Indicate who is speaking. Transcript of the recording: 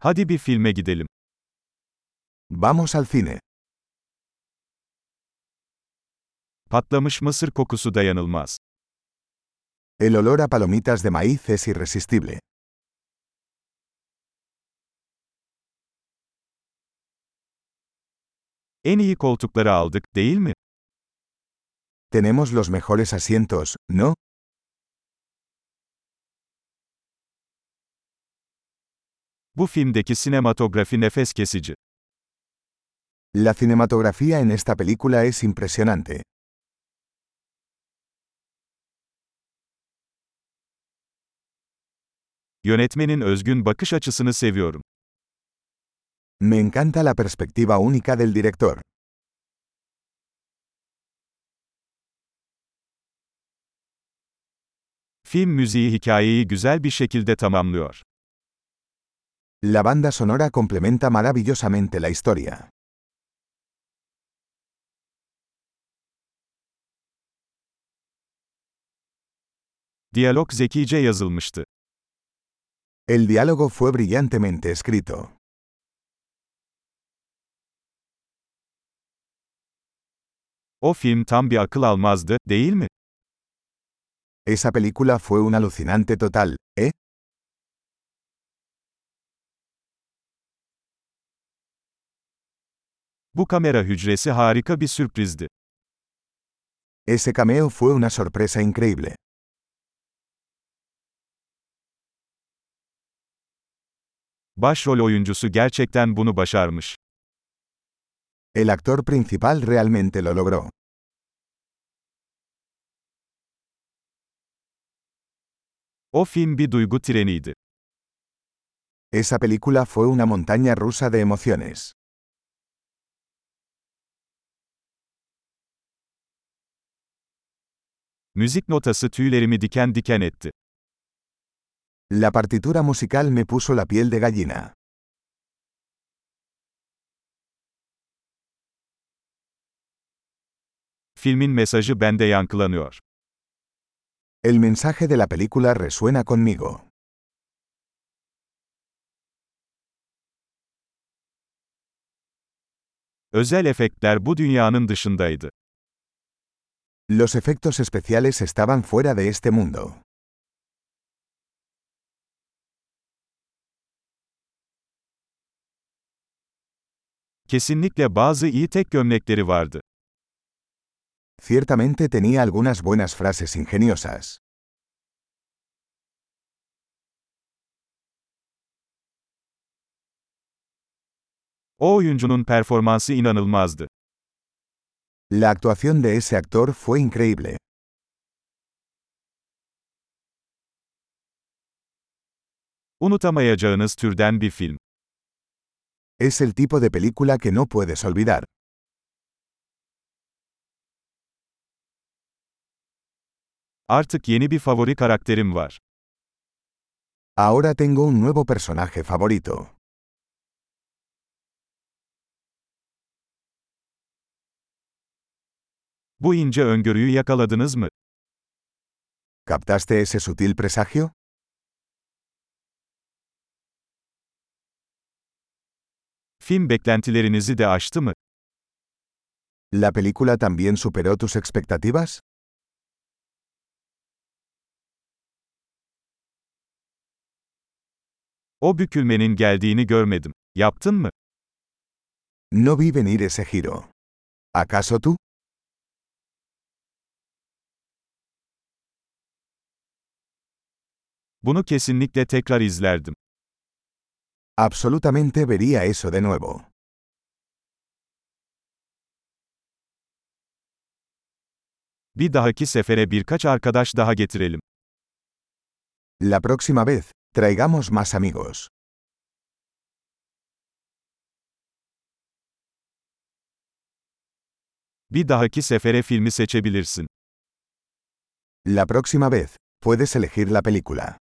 Speaker 1: Hadi bir filme gidelim.
Speaker 2: Vamos al cine.
Speaker 1: Patlamış mısır kokusu dayanılmaz.
Speaker 2: El olor a palomitas de maíz es irresistible.
Speaker 1: En iyi koltukları aldık, değil mi?
Speaker 2: Tenemos los mejores asientos, ¿no?
Speaker 1: Bu filmdeki sinematografi nefes kesici.
Speaker 2: La cinematografía en esta película es impresionante.
Speaker 1: Yönetmenin özgün bakış açısını seviyorum.
Speaker 2: Me encanta la perspectiva única del director.
Speaker 1: Film müziği hikayeyi güzel bir şekilde tamamlıyor.
Speaker 2: La banda sonora complementa maravillosamente la historia.
Speaker 1: Diyalog zekice yazılmıştı.
Speaker 2: El diálogo fue brillantemente escrito.
Speaker 1: O film tam bir akıl almazdı, değil mi?
Speaker 2: Esa película fue un alucinante total, ¿eh?
Speaker 1: Bu kamera hücresi harika bir sürprizdi.
Speaker 2: Ese cameo fue una sorpresa increíble.
Speaker 1: Başrol oyuncusu gerçekten bunu başarmış.
Speaker 2: El actor principal realmente lo logró.
Speaker 1: O film bir duygu treniydi.
Speaker 2: Esa película fue una montaña rusa de emociones.
Speaker 1: Müzik notası tüylerimi diken diken etti.
Speaker 2: La partitura musical me puso la piel de gallina.
Speaker 1: Filmin mesajı bende yankılanıyor.
Speaker 2: El mensaje de la película resuena conmigo.
Speaker 1: Özel efektler bu dünyanın dışındaydı.
Speaker 2: Los efectos especiales estaban fuera de este mundo.
Speaker 1: Kesinlikle bazı iyi tek gömlekleri vardı.
Speaker 2: Ciertamente tenía algunas buenas frases ingeniosas.
Speaker 1: O oyuncunun performansı inanılmazdı.
Speaker 2: La actuación de ese actor fue increíble.
Speaker 1: Unutamayacağınız türden bir film.
Speaker 2: Es el tipo de película que no puedes olvidar.
Speaker 1: Artık yeni bir favori karakterim var.
Speaker 2: Ahora tengo un nuevo personaje favorito.
Speaker 1: Bu ince öngörüyü yakaladınız mı?
Speaker 2: ¿Captaste ese sutil presagio?
Speaker 1: Film beklentilerinizi de aştı mı?
Speaker 2: ¿La película también superó tus expectativas?
Speaker 1: O bükülmenin geldiğini görmedim. Yaptın mı?
Speaker 2: No vi venir ese giro. ¿Acaso tú?
Speaker 1: Bunu kesinlikle tekrar izlerdim.
Speaker 2: Absolutamente vería eso de nuevo.
Speaker 1: Bir dahaki sefere birkaç arkadaş daha getirelim.
Speaker 2: La próxima vez, traigamos más amigos.
Speaker 1: Bir dahaki sefere filmi seçebilirsin.
Speaker 2: La próxima vez, puedes elegir la película.